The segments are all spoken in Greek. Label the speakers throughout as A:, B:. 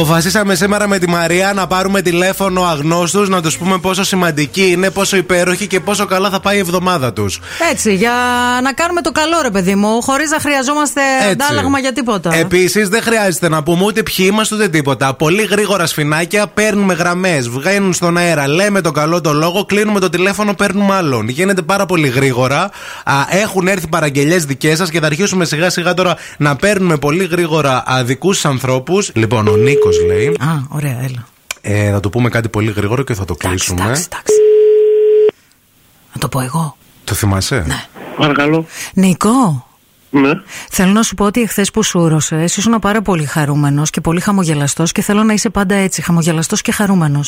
A: Αποφασίσαμε σήμερα με τη Μαρία να πάρουμε τηλέφωνο αγνώστους, να τους πούμε πόσο σημαντική είναι, πόσο υπέροχη και πόσο καλά θα πάει η εβδομάδα τους.
B: Έτσι, για να κάνουμε το καλό, ρε παιδί μου, χωρίς να χρειαζόμαστε Ε, αντάλλαγμα για τίποτα.
A: Επίσης, δεν χρειάζεται να πούμε ούτε ποιοι είμαστε ούτε τίποτα. Πολύ γρήγορα σφινάκια, παίρνουμε γραμμές, βγαίνουν στον αέρα, λέμε το καλό το λόγο, κλείνουμε το τηλέφωνο, παίρνουμε άλλον. Γίνεται πάρα πολύ γρήγορα. Α, έχουν έρθει παραγγελίε δικές σας και θα αρχίσουμε σιγά σιγά τώρα να παίρνουμε πολύ γρήγορα δικού ανθρώπους. Λοιπόν, ο Νίκος λέει.
B: Α, ωραία, έλα.
A: Ε, θα του πούμε κάτι πολύ γρήγορο και θα το
B: Εντάξει,
A: κλείσουμε.
B: εντάξει, εντάξει. Να το πω εγώ.
A: Το θυμάσαι.
B: Ναι.
C: Παρακαλώ.
B: Νικό,
C: Ναι.
B: θέλω να σου πω ότι εχθές που σούρωσε, ήσουν πάρα πολύ χαρούμενος και πολύ χαμογελαστός και θέλω να είσαι πάντα έτσι, χαμογελαστός και χαρούμενος.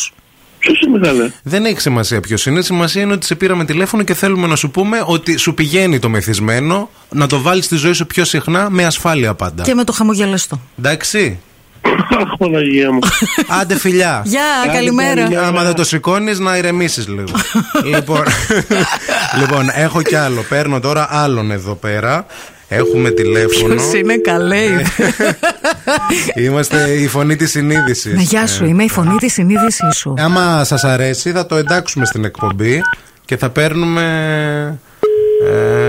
C: Ποιος είναι, καλέ.
A: Δεν έχει σημασία ποιος είναι. Σημασία είναι ότι σε πήραμε τηλέφωνο και θέλουμε να σου πούμε ότι σου πηγαίνει το μεθυσμένο να το βάλεις στη ζωή σου πιο συχνά με ασφάλεια πάντα.
B: Και με το χαμογελαστό.
A: Εντάξει.
C: Αχ, Παναγία μου.
A: Άντε φιλιά.
B: Γεια,
C: Άντε,
B: καλημέρα.
C: καλημέρα.
A: Άμα δεν το σηκώνεις, να ηρεμήσεις λίγο. λοιπόν, λοιπόν, έχω κι άλλο. Παίρνω τώρα άλλον εδώ πέρα. Έχουμε τηλέφωνο.
B: Ποιος είναι καλέ.
A: Είμαστε η φωνή της συνείδησης.
B: Ναι, γεια σου, είμαι η φωνή της συνείδησής σου.
A: Άμα σας αρέσει θα το εντάξουμε στην εκπομπή και θα παίρνουμε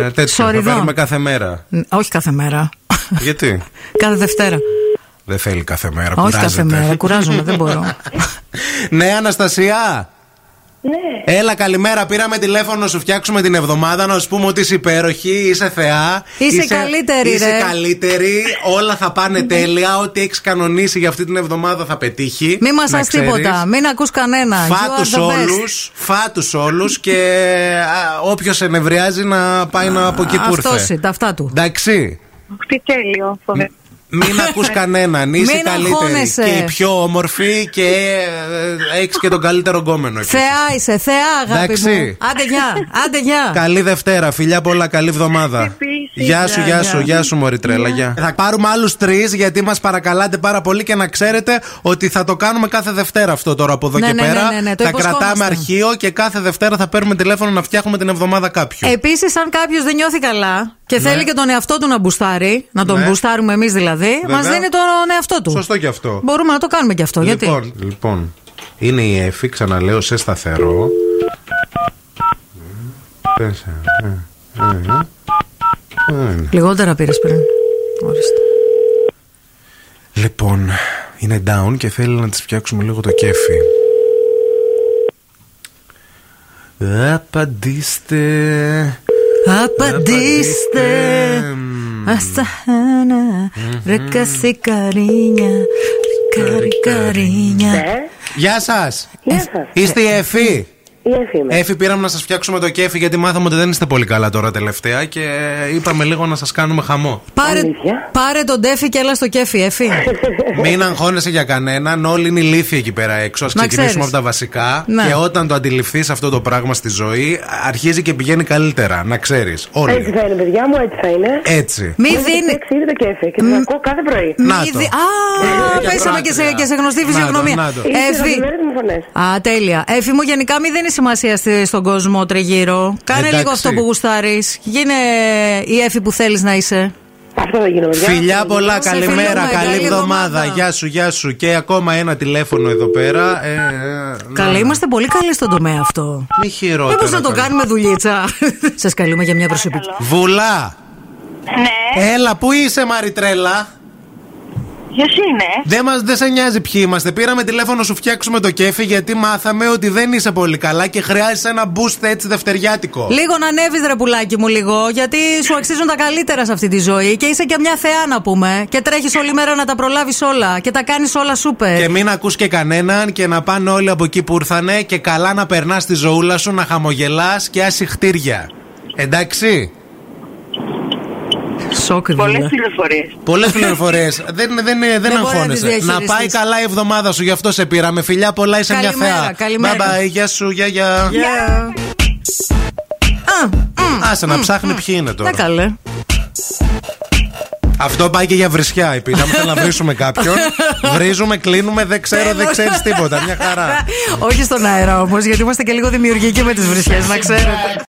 A: ε, τέτοιο, θα
B: Σοριδό.
A: παίρνουμε κάθε μέρα.
B: Ν- Όχι κάθε μέρα.
A: Γιατί
B: Κάθε Δευτέρα.
A: δεν θέλει κάθε μέρα,
B: Όχι κάθε
A: κουράζεται.
B: μέρα. Κουράζομαι, δεν μπορώ.
A: ναι Αναστασία! Ναι. Έλα, καλημέρα. Πήραμε τηλέφωνο να σου φτιάξουμε την εβδομάδα να σου πούμε ότι είσαι υπέροχη, είσαι θεά.
B: Είσαι καλύτερη,
A: Είσαι
B: ρε. Ναι.
A: καλύτερη. Όλα θα πάνε τέλεια. Ό,τι έχεις κανονίσει για αυτή την εβδομάδα θα πετύχει.
B: Μην
A: να
B: μα
A: ξέρεις.
B: τίποτα. Μην ακούς κανένα. You are
A: Φά του
B: the best.
A: όλου, φά τους όλους και όποιος ενευριάζει να πάει να από εκεί που
B: Αυτός
A: ήρθε.
B: είναι, τα αυτά του.
A: Εντάξει.
D: Τι τέλειο, φοβερό.
A: Μην ακούς κανέναν, είσαι
B: Μην
A: καλύτερη
B: αγχώνεσαι.
A: και η πιο όμορφη και ε, έχεις και τον καλύτερο γκόμενο. επίσης.
B: Θεά είσαι, θεά αγάπη
A: Εντάξει.
B: μου. Άντε γεια, άντε γεια.
A: Καλή Δευτέρα, φιλιά πολλά, καλή εβδομάδα.
D: Επίσης.
A: Γεια σου, γεια σου, γεια σου, Μωρή Τρέλα. Γεια. Θα πάρουμε άλλους τρεις, γιατί μας παρακαλάτε πάρα πολύ και να ξέρετε ότι θα το κάνουμε κάθε Δευτέρα αυτό τώρα από εδώ
B: Ναι,
A: και
B: ναι,
A: πέρα.
B: ναι, ναι, ναι, το
A: θα
B: υποσχόμαστε.
A: κρατάμε αρχείο και κάθε Δευτέρα θα παίρνουμε τηλέφωνο να φτιάχνουμε την εβδομάδα κάποιου.
B: Επίσης, αν κάποιος δεν νιώθει καλά και θέλει και τον εαυτό του να μπουστάρει, να τον
A: Ναι.
B: μπουστάρουμε εμείς δηλαδή,
A: Βέβαια.
B: μας δίνει τον εαυτό του.
A: Σωστό και αυτό.
B: Μπορούμε να το κάνουμε κι αυτό. Γιατί.
A: Λοιπόν, λοιπόν, είναι η Εφη, ξαναλέω, σε σταθερό. Τέσσερα, ε, ε, ε. Ε,
B: Λιγότερα πήρες πριν. Ορίστε.
A: Λοιπόν, είναι down και θέλει να της φτιάξουμε λίγο το κέφι. Απαντήστε.
B: Απαντήστε. Ασταχάνα. Ρεκα σικαρίνια. Ρεκα ρικαρίνια.
A: Γεια σας.
D: Γεια σας.
A: Είστε η Εφη.
D: Η Εφη είμαι.
A: Εφη, πήραμε να σας φτιάξουμε το κέφι γιατί μάθαμε ότι δεν είστε πολύ καλά τώρα τελευταία και είπαμε λίγο να σας κάνουμε χαμό.
B: Πάρε,
D: Αλήθεια.
B: πάρε τον τέφι και έλα στο κέφι, έφη.
A: Μην αγχώνεσαι για κανέναν, όλοι είναι ηλίθιοι εκεί πέρα έξω. Ας
B: Να
A: ξεκινήσουμε
B: ξέρεις.
A: από τα βασικά.
B: Ναι.
A: Και όταν το αντιληφθείς αυτό το πράγμα στη ζωή, αρχίζει και πηγαίνει καλύτερα. Να ξέρεις.
D: Έτσι
A: Όλοι.
D: θα είναι, παιδιά μου, έτσι θα είναι.
A: Έτσι.
B: Μη
D: Έχω
B: δίνει.
D: φτιάξει ήδη το κέφι και το ακούω κάθε πρωί.
A: Να
B: μη
A: το.
B: δι- Α,
A: Και
B: πέσαμε
A: δράτυλα.
B: και σε, και σε γνωστή
A: Να το, να
B: φυσιογνωμία.
A: το.
D: Είναι
B: Εφη.
D: ερωτημένες μου φωνές.
B: Α, τέλεια. Εφη μου, γενικά μη δίνεις σημασία στη- στον κόσμο τριγύρω. Κάνε
A: Εντάξει.
B: λίγο αυτό που γουστάρεις. Γίνε η Εφη που θέλεις να είσαι.
D: Αυτό θα γίνω, παιδιά.
A: Φιλιά πολλά,
B: Σε
A: καλημέρα,
B: φιλούμε,
A: καλή
B: καλή
A: εβδομάδα.
B: εβδομάδα.
A: Γεια σου, γεια σου. Και ακόμα ένα τηλέφωνο εδώ πέρα. Ε, ε,
B: Καλά,
A: να-
B: είμαστε πολύ καλοί στον τομέα αυτό.
A: Μη χειρότερα.
B: Μήπως να το
A: τώρα.
B: κάνουμε δουλίτσα. Σας καλούμε για μια προσωπική.
A: Βουλά!
E: Ναι,
B: Ε?
A: Έλα, πού είσαι, Μαριτρέλα!
E: ποιος είναι.
A: Δεν μας δεν σε νοιάζει ποιοι είμαστε. Πήραμε τηλέφωνο σου φτιάξουμε το κέφι γιατί μάθαμε ότι δεν είσαι πολύ καλά και χρειάζεσαι ένα boost έτσι δευτεριάτικο.
B: Λίγο να ανέβεις, ρε πουλάκι μου, λίγο. Γιατί σου αξίζουν τα καλύτερα σε αυτή τη ζωή. Και είσαι και μια θεά, να πούμε. Και τρέχεις όλη μέρα να τα προλάβεις όλα. Και τα κάνεις όλα σούπερ.
A: Και μην ακούς και κανέναν και να πάνε όλοι από εκεί που ήρθανε και καλά να περνάς τη ζωούλα σου, να χαμογελάς και άση χτύρια. Εντάξει.
B: Σοκ,
E: Πολλές
B: δηλαδή.
E: πληροφορίες.
A: Πολλές πληροφορίες. δεν δεν, δεν,
B: μπορεί να
A: αγχώνεσαι.
B: τις
A: Να, πάει
B: διαχειριστείς.
A: καλά η εβδομάδα σου, γι' αυτό σε πήραμε. Φιλιά, πολλά είσαι μια
B: Καλημέρα,
A: θεά.
B: καλημέρα.
A: Bye bye, γεια σου, γεια γεια. Άσε να ψάχνει ποιοι είναι τώρα.
B: Ναι, καλέ.
A: Αυτό πάει και για βρισιά, επειδή άμα θέλουμε να βρίσουμε κάποιον. Βρίζουμε, κλείνουμε, δεν ξέρω, δεν ξέρεις τίποτα. Μια χαρά.
B: Όχι στον αέρα όμως, γιατί είμαστε και λίγο δημιουργικοί με τις βρισιές, να ξέρετε.